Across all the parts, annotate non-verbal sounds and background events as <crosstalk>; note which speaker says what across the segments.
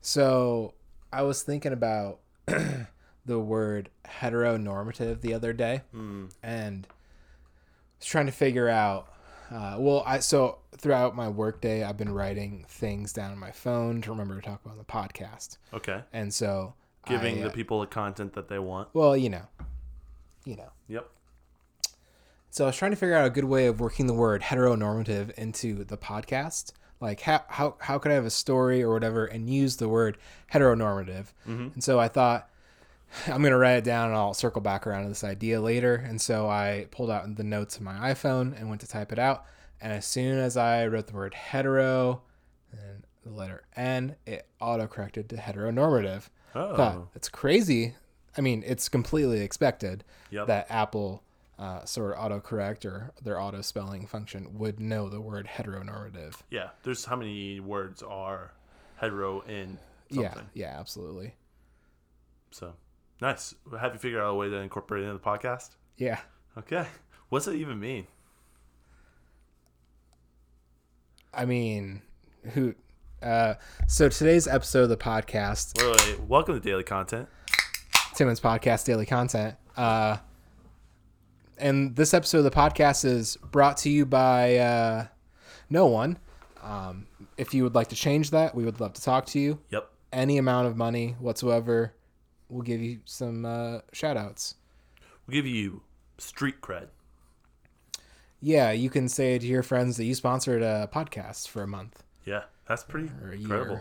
Speaker 1: So I was thinking about <clears throat> the word heteronormative the other day, and was trying to figure out. Uh, well, I so throughout my workday, I've been writing things down on my phone to remember to talk about on the podcast,
Speaker 2: Okay.
Speaker 1: and so
Speaker 2: Giving
Speaker 1: I,
Speaker 2: the
Speaker 1: uh,
Speaker 2: people the content that they want.
Speaker 1: well, you know, you know.
Speaker 2: Yep.
Speaker 1: So I was trying to figure out a good way of working the word heteronormative into the podcast. Like how how how could I have a story or whatever and use the word heteronormative? And so I thought <sighs> I'm gonna write it down and I'll circle back around to this idea later. And so I pulled out the notes of my iPhone and went to type it out. And as soon as I wrote the word hetero and the letter N, it auto corrected to heteronormative.
Speaker 2: Oh.
Speaker 1: But it's crazy. I mean, it's completely expected
Speaker 2: Yep.
Speaker 1: that Apple uh, sort of autocorrect or their auto spelling function would know the word heteronormative.
Speaker 2: Yeah. There's how many words are hetero in something.
Speaker 1: Yeah, yeah, absolutely.
Speaker 2: So nice. Have you figured out a way to incorporate it into the podcast?
Speaker 1: Yeah.
Speaker 2: Okay. <laughs> What's it even mean?
Speaker 1: I mean, who? Uh, so today's episode of the podcast,
Speaker 2: Wait, wait, wait. Welcome to Daily Content.
Speaker 1: Timmons Podcast Daily Content. Uh, and this episode of the podcast is brought to you by uh, no one. Um, if you would like to change that, we would love to talk to you.
Speaker 2: Yep.
Speaker 1: Any amount of money whatsoever, we'll give you some uh, shout outs.
Speaker 2: We'll give you street cred.
Speaker 1: Yeah, you can say to your friends that you sponsored a podcast for a month
Speaker 2: Yeah. That's pretty
Speaker 1: or a year.
Speaker 2: incredible.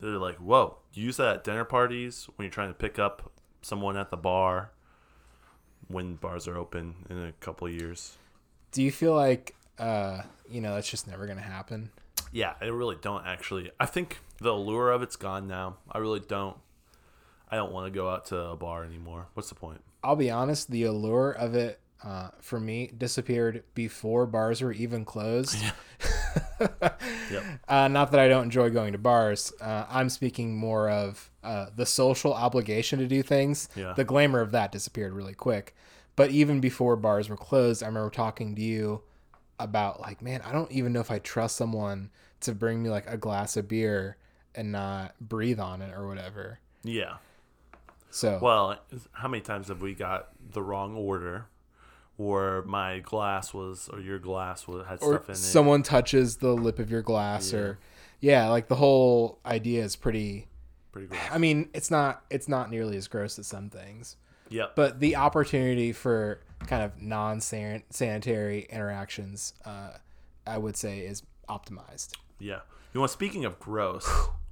Speaker 2: They're like, whoa, you use that at dinner parties when you're trying to pick up someone at the bar when bars are open in a couple of years.
Speaker 1: Do you feel like uh, you know that's just never gonna happen?
Speaker 2: Yeah, I really don't actually. I think the allure of it's gone now. I really don't. I don't want to go out to a bar anymore. What's the point?
Speaker 1: I'll be honest, the allure of it uh, for me disappeared before bars were even closed. <laughs>
Speaker 2: Yep.
Speaker 1: Uh, not that I don't enjoy going to bars. Uh, I'm speaking more of uh, the social obligation to do things.
Speaker 2: Yeah.
Speaker 1: The glamour of that disappeared really quick. But even before bars were closed, I remember talking to you about like, man, I don't even know if I trust someone to bring me like a glass of beer and not breathe on it or whatever.
Speaker 2: Yeah.
Speaker 1: So
Speaker 2: Well, how many times have we got the wrong order, or my glass was, or your glass was had
Speaker 1: or
Speaker 2: stuff in it?
Speaker 1: someone touches the lip of your glass or yeah, like the whole idea is pretty
Speaker 2: Pretty gross.
Speaker 1: I mean, it's not it's not nearly as gross as some things.
Speaker 2: Yep.
Speaker 1: but the opportunity for kind of non-sanitary interactions uh, i would say is optimized
Speaker 2: Yeah. You know, speaking
Speaker 1: <sighs>
Speaker 2: of gross,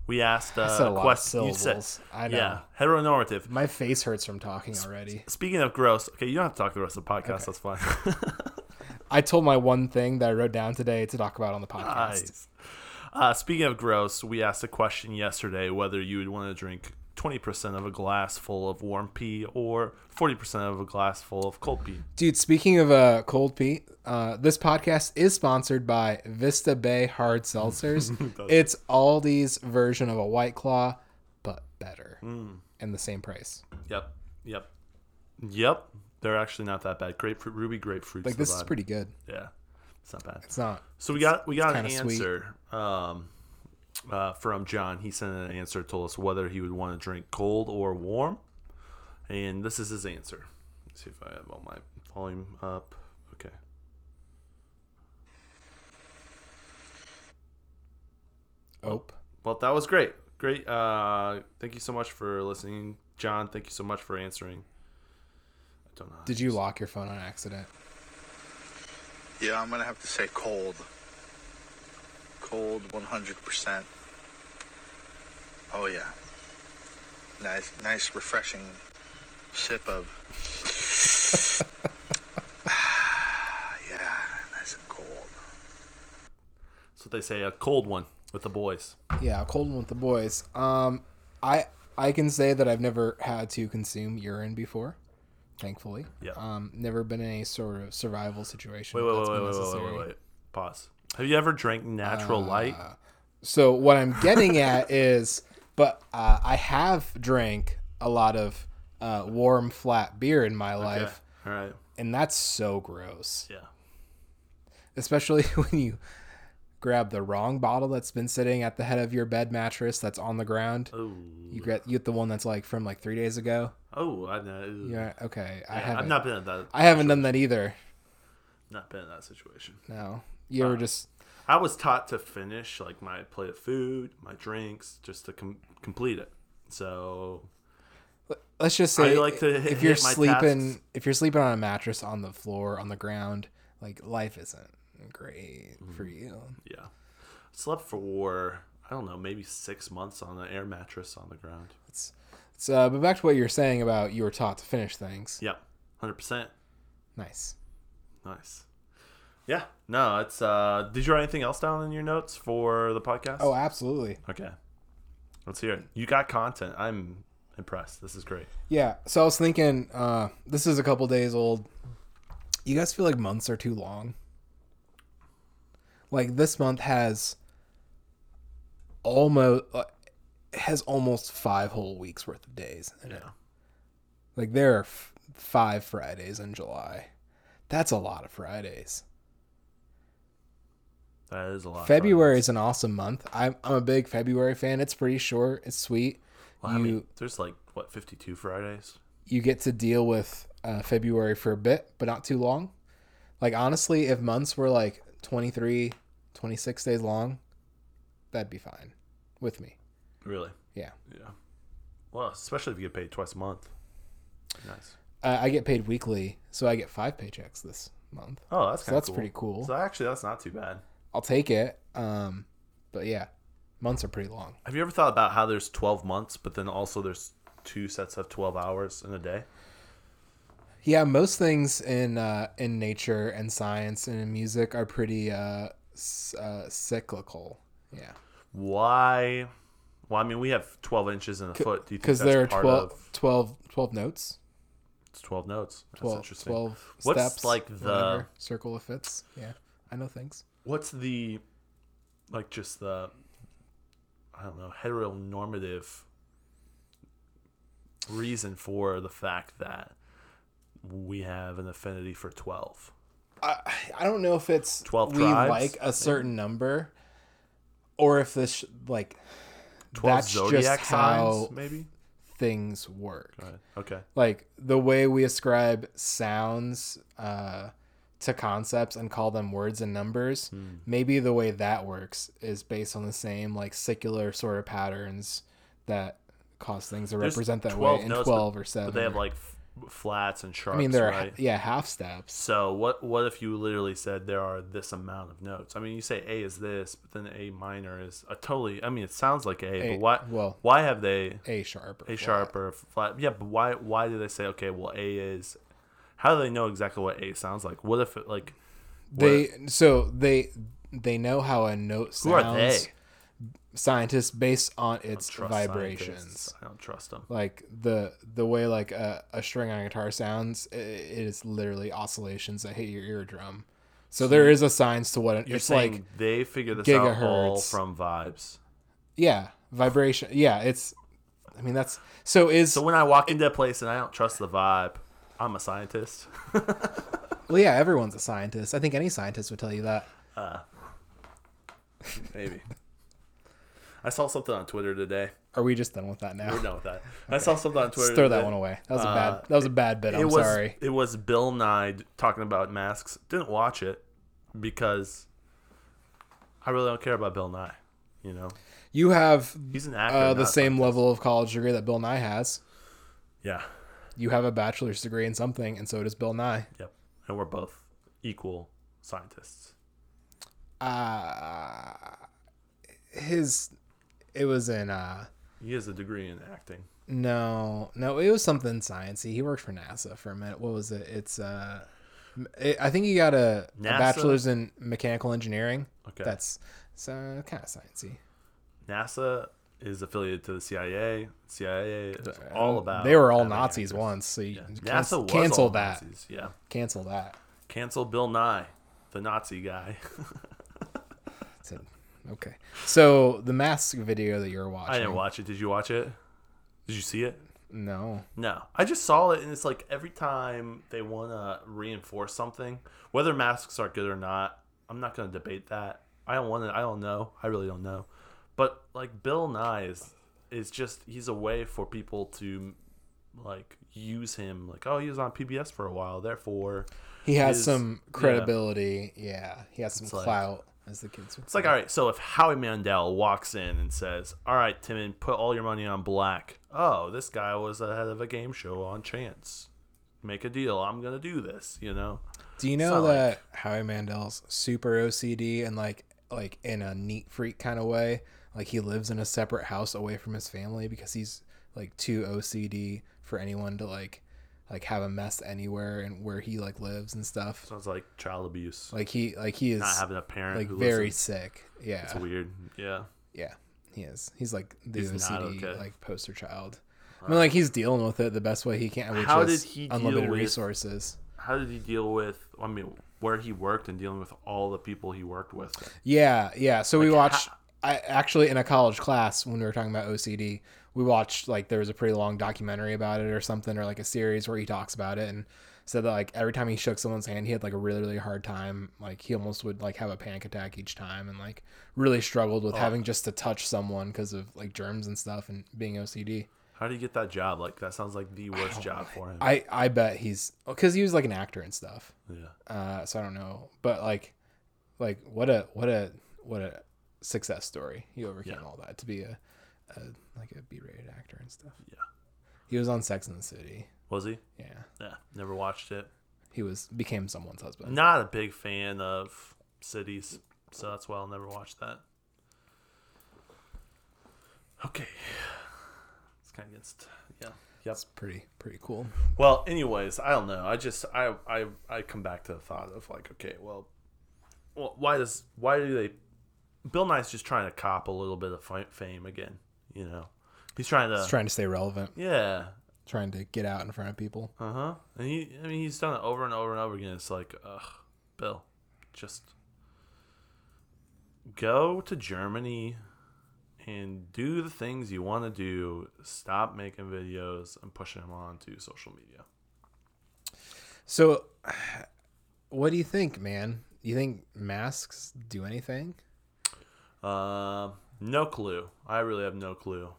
Speaker 2: we asked uh,
Speaker 1: said a lot of
Speaker 2: quest- You
Speaker 1: syllables.
Speaker 2: said,
Speaker 1: I know.
Speaker 2: Yeah. Heteronormative.
Speaker 1: my face hurts from talking already
Speaker 2: Speaking of gross, okay, you don't have to talk the rest of the podcast. That's fine. <laughs>
Speaker 1: i told my one thing that i wrote down today to talk about on the podcast
Speaker 2: Nice. Uh, speaking of gross, we asked a question yesterday whether you would want to drink 20% of a glass full of warm pee or 40% of a glass full of cold pee.
Speaker 1: dude speaking of uh, cold pete uh, this podcast is sponsored by vista bay hard
Speaker 2: <laughs>
Speaker 1: seltzers it's aldi's version of a white claw but better
Speaker 2: Hmm.
Speaker 1: and the same price
Speaker 2: Yep. Yep. Yep. They're actually not that bad. Grapefruit, ruby grapefruit.
Speaker 1: like this is pretty good
Speaker 2: Yeah. It's not bad.
Speaker 1: it's not
Speaker 2: So we got we got an
Speaker 1: kinda sweet.
Speaker 2: answer um, uh, from John. He sent an answer, told us whether he would want to drink cold or warm, and this is his answer. Let's see if I have all my volume up. Okay.
Speaker 1: ope
Speaker 2: Well, that was great. Great. Uh, thank you so much for listening, John. Thank you so much for answering. I don't know.
Speaker 1: did you lock your phone on accident
Speaker 3: Yeah, I'm gonna have to say cold. Cold 100%. Oh yeah. Nice, nice, refreshing sip of. <laughs> <sighs> Ah, yeah, nice and cold.
Speaker 2: So they say a cold one with the boys.
Speaker 1: Yeah, cold one with the boys. Um, I I can say that I've never had to consume urine before, thankfully.
Speaker 2: Yeah.
Speaker 1: Um, never been in any sort of survival situation.
Speaker 2: Wait, wait,
Speaker 1: that's
Speaker 2: wait, wait,
Speaker 1: been
Speaker 2: wait, wait,
Speaker 1: necessary.
Speaker 2: wait, wait. Pause. Have you ever drank natural
Speaker 1: Uh,
Speaker 2: light?
Speaker 1: So what I'm getting
Speaker 2: <laughs>
Speaker 1: at is, but uh, I have drank a lot of uh, warm flat beer in my life,
Speaker 2: Yeah. All right.
Speaker 1: and that's so gross,
Speaker 2: Yeah.
Speaker 1: <laughs> especially when you grab the wrong bottle that's been sitting at the head of your bed mattress that's on the ground.
Speaker 2: Oh,
Speaker 1: You get you get the one that's like from like three days ago.
Speaker 2: oh, I know.
Speaker 1: Yeah. Okay. I
Speaker 2: Yeah, I've
Speaker 1: haven't.
Speaker 2: not been in that.
Speaker 1: I haven't done that either.
Speaker 2: Not been in that situation.
Speaker 1: No. You ever just
Speaker 2: I was taught to finish like my plate of food, my drinks, just to com- complete it. So
Speaker 1: let's just say
Speaker 2: I like to hit-
Speaker 1: if you're
Speaker 2: hit my
Speaker 1: sleeping
Speaker 2: tasks.
Speaker 1: if you're sleeping on a mattress on the floor on the ground like life isn't great
Speaker 2: Mm.
Speaker 1: for you.
Speaker 2: yeah, slept for I don't know maybe six months on an air mattress on the ground.
Speaker 1: So, but back to what you were saying about you were taught to finish things.
Speaker 2: Yeah, hundred percent.
Speaker 1: Nice.
Speaker 2: Nice. Yeah. No, it's. uh Did you write anything else down in your notes for the podcast?
Speaker 1: Oh, absolutely.
Speaker 2: okay. Let's hear it. You got content. I'm impressed. This is great.
Speaker 1: Yeah. So I was thinking, uh, this is a couple days old. You guys feel like months are too long? Like this month has almost uh, has almost five whole weeks worth of days. In it.
Speaker 2: Yeah.
Speaker 1: Like there are f- five Fridays in July. That's a lot of Fridays.
Speaker 2: That is a lot. of fun.
Speaker 1: February is an awesome month. I'm I'm a big February fan. It's pretty short. It's sweet.
Speaker 2: Well, I mean,
Speaker 1: you-
Speaker 2: there's like what 52 Fridays.
Speaker 1: you get to deal with uh, February for a bit, but not too long. Like, honestly, if months were like 23, 26 days long, that'd be fine with me.
Speaker 2: Really?
Speaker 1: Yeah.
Speaker 2: Yeah. Well, especially if you get paid twice a month. Nice.
Speaker 1: Uh, I get paid weekly, so I get five paychecks this month.
Speaker 2: Oh, that's
Speaker 1: So
Speaker 2: kind of
Speaker 1: that's pretty cool.
Speaker 2: So actually, that's not too bad.
Speaker 1: I'll take it. Um, but yeah, months are pretty long.
Speaker 2: Have you ever thought about how there's 12 months, but then also there's two sets of 12 hours in a day?
Speaker 1: Yeah, most things in uh, in nature and science and in music are pretty uh, s- uh, cyclical. Yeah.
Speaker 2: Why? Well, I mean, we have 12 inches in a foot. Do you think
Speaker 1: Because
Speaker 2: that's
Speaker 1: there are
Speaker 2: part
Speaker 1: 12,
Speaker 2: of
Speaker 1: 12 12 notes.
Speaker 2: it's 12 notes? That's
Speaker 1: 12,
Speaker 2: interesting.
Speaker 1: 12
Speaker 2: What's
Speaker 1: steps,
Speaker 2: like the-
Speaker 1: whatever, circle of fits yeah i know things
Speaker 2: What's the like just the I don't know heteronormative reason for the fact that we have an affinity for 12?
Speaker 1: i i don't know if it's
Speaker 2: 12
Speaker 1: we
Speaker 2: tribes,
Speaker 1: like a certain number or if this like
Speaker 2: 12
Speaker 1: That's just
Speaker 2: zodiac signs,
Speaker 1: how-
Speaker 2: maybe?
Speaker 1: things work
Speaker 2: Right. Okay.
Speaker 1: like the way we ascribe sounds uh to concepts and call them words and numbers
Speaker 2: Hmm.
Speaker 1: maybe the way that works is based on the same like secular sort of patterns that cause things to
Speaker 2: There's
Speaker 1: represent that
Speaker 2: 12
Speaker 1: way in
Speaker 2: notes, but-
Speaker 1: 12 or 7
Speaker 2: But they have
Speaker 1: or-
Speaker 2: like f- flats and sharps,
Speaker 1: i mean there are
Speaker 2: right?
Speaker 1: yeah half steps
Speaker 2: So what what if you literally said there are this amount of notes? I mean, you say A is this, but then A minor is a totally. I mean, it sounds like A,
Speaker 1: A-
Speaker 2: but why?
Speaker 1: well-
Speaker 2: why have they
Speaker 1: a sharp or
Speaker 2: A
Speaker 1: flat.
Speaker 2: sharp or flat? Yeah, but why why do they say okay? Well, A is. How do they know exactly what A sounds like? What if it like? what-
Speaker 1: They so they they know how a note sounds.
Speaker 2: who are they?
Speaker 1: Scientists based on its
Speaker 2: Trust
Speaker 1: vibrations.
Speaker 2: scientists. I don't trust them.
Speaker 1: Like the the way like a, a string on a guitar sounds, i it is literally oscillations that hit your eardrum. So there is a science to what it,
Speaker 2: Hmm. You're
Speaker 1: it's
Speaker 2: saying
Speaker 1: like.
Speaker 2: they figure this out all
Speaker 1: gigahertz.
Speaker 2: from vibes.
Speaker 1: Yeah, vibration. Yeah, it's. I mean that's so is
Speaker 2: So when I walk into a place and I don't trust the vibe, I'm a scientist.
Speaker 1: well yeah everyone's a scientist. I think any scientist would tell you that.
Speaker 2: Maybe. I saw something on Twitter today.
Speaker 1: Are we just done with that now?
Speaker 2: We're done with that. I saw something on Twitter.
Speaker 1: Let's throw that
Speaker 2: today.
Speaker 1: one away. That was a
Speaker 2: Uh,
Speaker 1: bad. That was a bad bit.
Speaker 2: it
Speaker 1: I'm
Speaker 2: was
Speaker 1: sorry.
Speaker 2: it was Bill Nye talking about masks. Didn't watch it because I really don't care about Bill Nye. You know,
Speaker 1: You have
Speaker 2: he's an actor.
Speaker 1: uh,
Speaker 2: not
Speaker 1: the
Speaker 2: a
Speaker 1: same level of college degree that Bill Nye has.
Speaker 2: sci- Yeah.
Speaker 1: You have a bachelor's degree in something, and so does Bill Nye.
Speaker 2: Yep. And we're both equal scientists.
Speaker 1: Uh, his, it was in uh,
Speaker 2: He has a degree in acting.
Speaker 1: no, no, it was something sciencey. He worked for NASA for a minute. What was it? It's uh, m- it, I think he got a, a
Speaker 2: NASA?
Speaker 1: bachelor's in mechanical engineering.
Speaker 2: Okay.
Speaker 1: that's so kind of sciencey.
Speaker 2: NASA is affiliated to the CIA. CIA is all about.
Speaker 1: Uh, They were all
Speaker 2: having
Speaker 1: Nazis
Speaker 2: actors.
Speaker 1: once, so you can-
Speaker 2: NASA was
Speaker 1: cancel
Speaker 2: all
Speaker 1: that.
Speaker 2: Nazis, Yeah.
Speaker 1: Cancel that.
Speaker 2: Cancel Bill Nye, the Nazi guy. <laughs>
Speaker 1: That's it. Okay, so the mask video that you're watching.
Speaker 2: I didn't watch it. Did you watch it? Did you see it?
Speaker 1: No.
Speaker 2: No. I just saw it, and it's like every time they want to reinforce something, whether masks are good or not, I'm not going to debate that. I don't want to. I don't know. I really don't know. But like Bill Nye is is just he's a way for people to like use him. Like oh, he was on PBS for a while, therefore
Speaker 1: He has
Speaker 2: His-
Speaker 1: some
Speaker 2: yeah.
Speaker 1: credibility. Yeah, he has some
Speaker 2: like-
Speaker 1: clout, as the kids would
Speaker 2: It's like, all right, so if Howie Mandel walks in and says, all right, Timon, put all your money on black. Oh, this guy was ahead of a game show on chance. Make a deal. I'm going to do this, you know?
Speaker 1: Do you know
Speaker 2: not
Speaker 1: that Howie Mandel's super OCD and like like in a neat freak kind of way? Like he lives in a separate house away from his family because he's like too OCD for anyone to like like have a mess anywhere and where he like lives and stuff.
Speaker 2: Sounds like child abuse.
Speaker 1: Like he like he is
Speaker 2: Not having a parent
Speaker 1: like
Speaker 2: who
Speaker 1: very
Speaker 2: listens.
Speaker 1: sick. Yeah,
Speaker 2: It's weird. Yeah.
Speaker 1: yeah, he is. He's like the
Speaker 2: He's not
Speaker 1: OCD
Speaker 2: okay.
Speaker 1: like poster child. I mean, like he's dealing with it the best way he can, which
Speaker 2: How
Speaker 1: is
Speaker 2: did he deal
Speaker 1: unlimited
Speaker 2: with-
Speaker 1: resources.
Speaker 2: How did he deal with, I mean, where he worked and dealing with all the people he worked with?
Speaker 1: Yeah, yeah. So we watched.
Speaker 2: ha-
Speaker 1: I actually in a college class when we were talking about OCD, we watched like there was a pretty long documentary about it or something or like a series where he talks about it and said that like every time he shook someone's hand, he had like a really really hard time. Like he almost would like have a panic attack each time and like really struggled
Speaker 2: Oh.
Speaker 1: with having just to touch someone because of like germs and stuff and being OCD.
Speaker 2: How did he get that job? Like, that sounds like the worst job for him.
Speaker 1: I I bet he's because he was like an actor and stuff.
Speaker 2: yeah.
Speaker 1: Uh, so I don't know, but like, like what a what a what a success story. He overcame all that to be a, a like a B-rated actor and stuff.
Speaker 2: Yeah.
Speaker 1: He was on Sex and the City.
Speaker 2: Was he?
Speaker 1: Yeah,
Speaker 2: Yeah. Never watched it.
Speaker 1: he was became someone's husband.
Speaker 2: Not a big fan of cities, so that's why I'll never watch that. Okay. It's kind of against. Yeah. Yep.
Speaker 1: That's pretty pretty cool.
Speaker 2: Well, anyways, I don't know. I just I I I come back to the thought of like, okay, well, well why does why do they? Bill Nye's just trying to cop a little bit of fi- fame again. You know, he's trying to.
Speaker 1: He's trying to stay relevant,
Speaker 2: yeah.
Speaker 1: trying to get out in front of people.
Speaker 2: Uh huh. And he, I mean, he's done it over and over and over again. It's like, ugh, Bill, just go to Germany and do the things you want to do. Stop making videos and pushing them onto social media.
Speaker 1: So, <sighs> what do you think, man? You think masks do anything?
Speaker 2: Um, no clue. I really have no clue.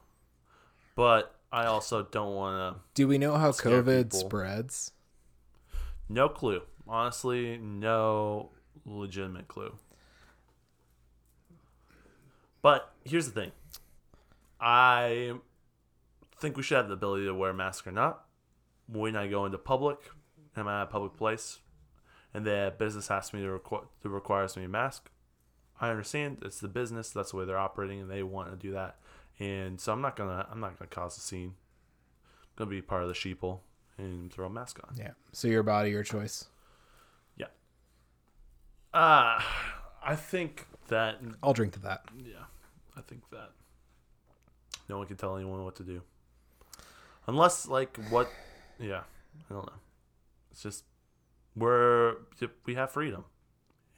Speaker 2: But I also don't want to.
Speaker 1: Do we know how
Speaker 2: Scare
Speaker 1: COVID
Speaker 2: people.
Speaker 1: spreads?
Speaker 2: No clue. Honestly, no legitimate clue. But here's the thing. I think we should have the ability to wear a mask or not. When I go into public, am I at a public place, and the business asks me to, requ- to requires me a mask, I understand it's the business. That's the way they're operating, and they want to do that. And so I'm not gonna I'm not gonna cause a scene. I'm gonna be part of the sheeple and throw a mask on.
Speaker 1: Yeah. So your body, your choice.
Speaker 2: Yeah. Uh I think that
Speaker 1: I'll drink to that.
Speaker 2: yeah, I think that no one can tell anyone what to do. Unless like what yeah, I don't know. It's just we're we have freedom.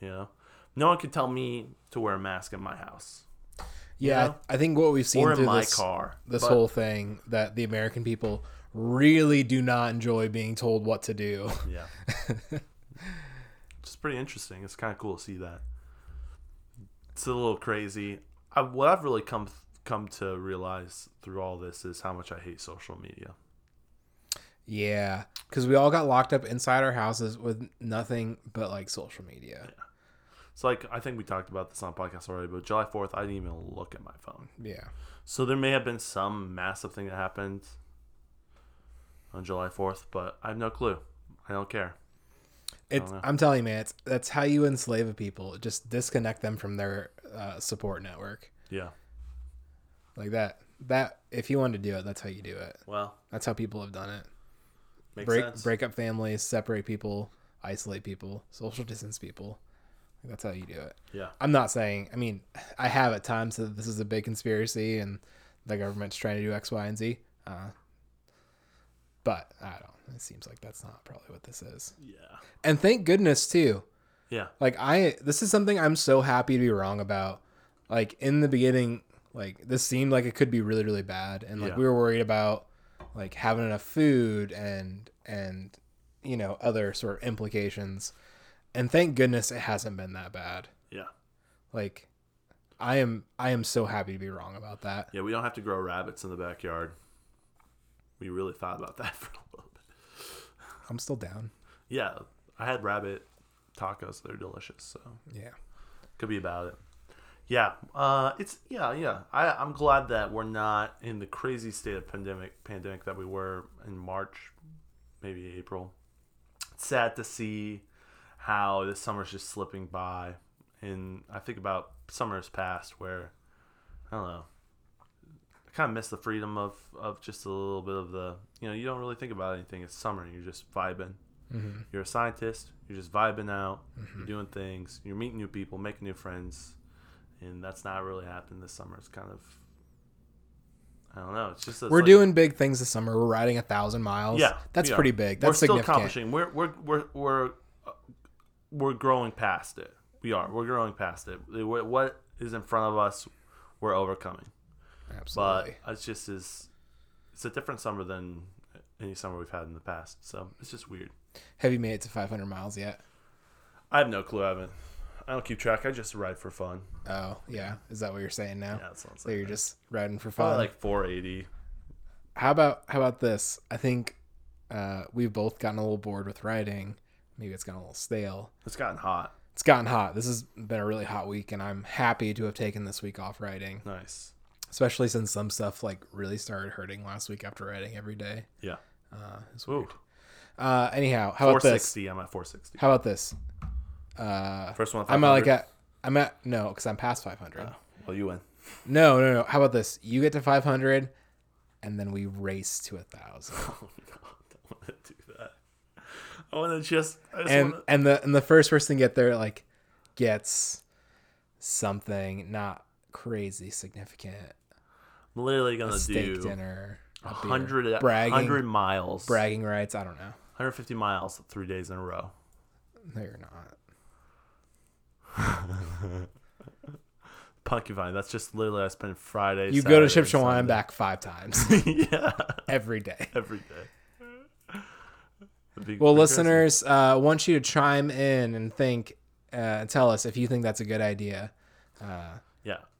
Speaker 2: You know. No one can tell me to wear a mask in my house
Speaker 1: Yeah,
Speaker 2: know?
Speaker 1: I, I think what we've seen
Speaker 2: or in
Speaker 1: through
Speaker 2: my
Speaker 1: this,
Speaker 2: car.
Speaker 1: this
Speaker 2: but-
Speaker 1: whole thing that the American people really do not enjoy being told what to do. <laughs>
Speaker 2: Yeah. <laughs> it's pretty interesting. It's kind of cool to see that. It's a little crazy. I, what I've really come come to realize through all this is how much I hate social media.
Speaker 1: yeah, because we all got locked up inside our houses with nothing but like social media.
Speaker 2: It's like I think we talked about this on podcast already, but July Fourth, I didn't even look at my phone.
Speaker 1: Yeah,
Speaker 2: So there may have been some massive thing that happened on July Fourth, but I have no clue. I don't care.
Speaker 1: it's.
Speaker 2: know.
Speaker 1: I'm telling you, man, it's, that's how you enslave people. Just disconnect them from their uh, support network
Speaker 2: Yeah.
Speaker 1: like that. That if you wanted to do it, that's how you do it.
Speaker 2: Well,
Speaker 1: That's how people have done it.
Speaker 2: makes
Speaker 1: break
Speaker 2: sense.
Speaker 1: break up families, separate people, isolate people, social distance people. Like, that's how you do it.
Speaker 2: Yeah.
Speaker 1: I'm not saying. I mean, I have at times that this is a big conspiracy and the government's trying to do X, Y, and Z. Uh, but I don't. It seems like that's not probably what this is.
Speaker 2: Yeah.
Speaker 1: And thank goodness too.
Speaker 2: Yeah.
Speaker 1: Like I, this is something I'm so happy to be wrong about. Like in the beginning, like this seemed like it could be really, really bad, and like
Speaker 2: Yeah.
Speaker 1: we were worried about like having enough food and and you know other sort of implications. And thank goodness it hasn't been that bad
Speaker 2: Yeah.
Speaker 1: Like, I am I am so happy to be wrong about that.
Speaker 2: Yeah, we don't have to grow rabbits in the backyard. We really thought about <laughs> that for a little bit.
Speaker 1: I'm still down.
Speaker 2: Yeah, I had rabbit tacos. They're delicious. So
Speaker 1: Yeah.
Speaker 2: could be about it. Yeah, uh, it's yeah, yeah. I, I'm glad that we're not in the crazy state of pandemic pandemic that we were in March, maybe April. It's sad to see how this summer's just slipping by, and I think about summers past where I don't know. I kind of miss the freedom of of just a little bit of the you know you don't really think about anything. It's summer, you're just vibing
Speaker 1: Mm-hmm.
Speaker 2: you're a scientist you're just vibing out you're doing things you're meeting new people making new friends and that's not really happened this summer it's kind of i don't know it's just it's
Speaker 1: We're
Speaker 2: like-
Speaker 1: doing big things this summer. We're riding a thousand miles.
Speaker 2: yeah
Speaker 1: That's
Speaker 2: we are.
Speaker 1: pretty big.
Speaker 2: we're
Speaker 1: That's
Speaker 2: still
Speaker 1: significant.
Speaker 2: accomplishing we're we're we're we're, uh, we're growing past it we are we're growing past it What- what is in front of us we're overcoming
Speaker 1: Absolutely.
Speaker 2: but it's just is it's a different summer than any summer we've had in the past so it's just weird
Speaker 1: Have you made it to 500 miles yet?
Speaker 2: I have no clue. I haven't. I don't keep track. I just ride for fun.
Speaker 1: Oh yeah. Is that what you're saying now?
Speaker 2: Yeah, that sounds
Speaker 1: so
Speaker 2: like
Speaker 1: you're
Speaker 2: that.
Speaker 1: just riding for
Speaker 2: probably
Speaker 1: fun.
Speaker 2: like 480.
Speaker 1: how about how about this? I think uh, we've both gotten a little bored with riding. Maybe it's gotten a little stale.
Speaker 2: It's gotten hot.
Speaker 1: It's gotten hot. This has been a really hot week, and I'm happy to have taken this week off riding,
Speaker 2: Nice.
Speaker 1: especially since some stuff like really started hurting last week after riding every day.
Speaker 2: Yeah.
Speaker 1: Uh, it's
Speaker 2: Ooh,
Speaker 1: weird. Uh, anyhow, how about this?
Speaker 2: 460. I'm at 460.
Speaker 1: How about this? Uh,
Speaker 2: First one.
Speaker 1: I'm at like
Speaker 2: 500.
Speaker 1: at I'm at no, because I'm past 500.
Speaker 2: Well, you win.
Speaker 1: No, no, no. How about this? You get to 500, and then we race to a thousand.
Speaker 2: <laughs> Oh no, I don't want to do that. I want to just. I just
Speaker 1: and
Speaker 2: wanna,
Speaker 1: and the and the first person to get there like gets something not crazy significant.
Speaker 2: I'm literally gonna
Speaker 1: Steak
Speaker 2: do
Speaker 1: dinner, a beer,
Speaker 2: 100
Speaker 1: bragging
Speaker 2: 100 miles,
Speaker 1: bragging rights. I don't know.
Speaker 2: 150 miles, three days in a row.
Speaker 1: No, you're not.
Speaker 2: Punky Vine. That's just literally I spend Friday.
Speaker 1: You go to
Speaker 2: Saturday,
Speaker 1: Shipshawan and
Speaker 2: Sunday.
Speaker 1: back five times
Speaker 2: yeah,
Speaker 1: every day.
Speaker 2: every day. It'd
Speaker 1: Well,
Speaker 2: be pretty crazy.
Speaker 1: listeners, uh, want you to chime in and think, uh, and tell us if you think that's a good idea.
Speaker 2: Yeah.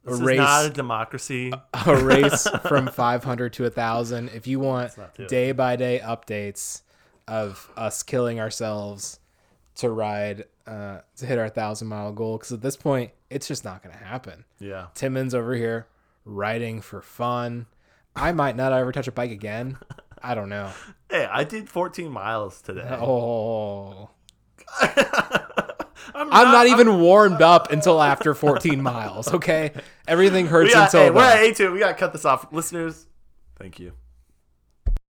Speaker 2: This is
Speaker 1: race-
Speaker 2: not
Speaker 1: <laughs>
Speaker 2: a democracy.
Speaker 1: A
Speaker 2: <laughs>
Speaker 1: race from 500 to 1,000. If you want
Speaker 2: not too-
Speaker 1: day by day updates of us killing ourselves to ride, uh, to hit our 1,000 mile goal, because at this point, it's just not going to happen.
Speaker 2: yeah.
Speaker 1: Timmons over here riding for fun. I might not ever touch a bike again. I don't
Speaker 2: <laughs>
Speaker 1: know.
Speaker 2: Hey, I did 14 miles today.
Speaker 1: Oh.
Speaker 2: I'm,
Speaker 1: I'm not even warmed up until after 14 miles. Okay, everything
Speaker 2: We
Speaker 1: hurts
Speaker 2: <laughs> got,
Speaker 1: until
Speaker 2: hey, we're
Speaker 1: then.
Speaker 2: at A2. We got to cut this off. Listeners, thank you.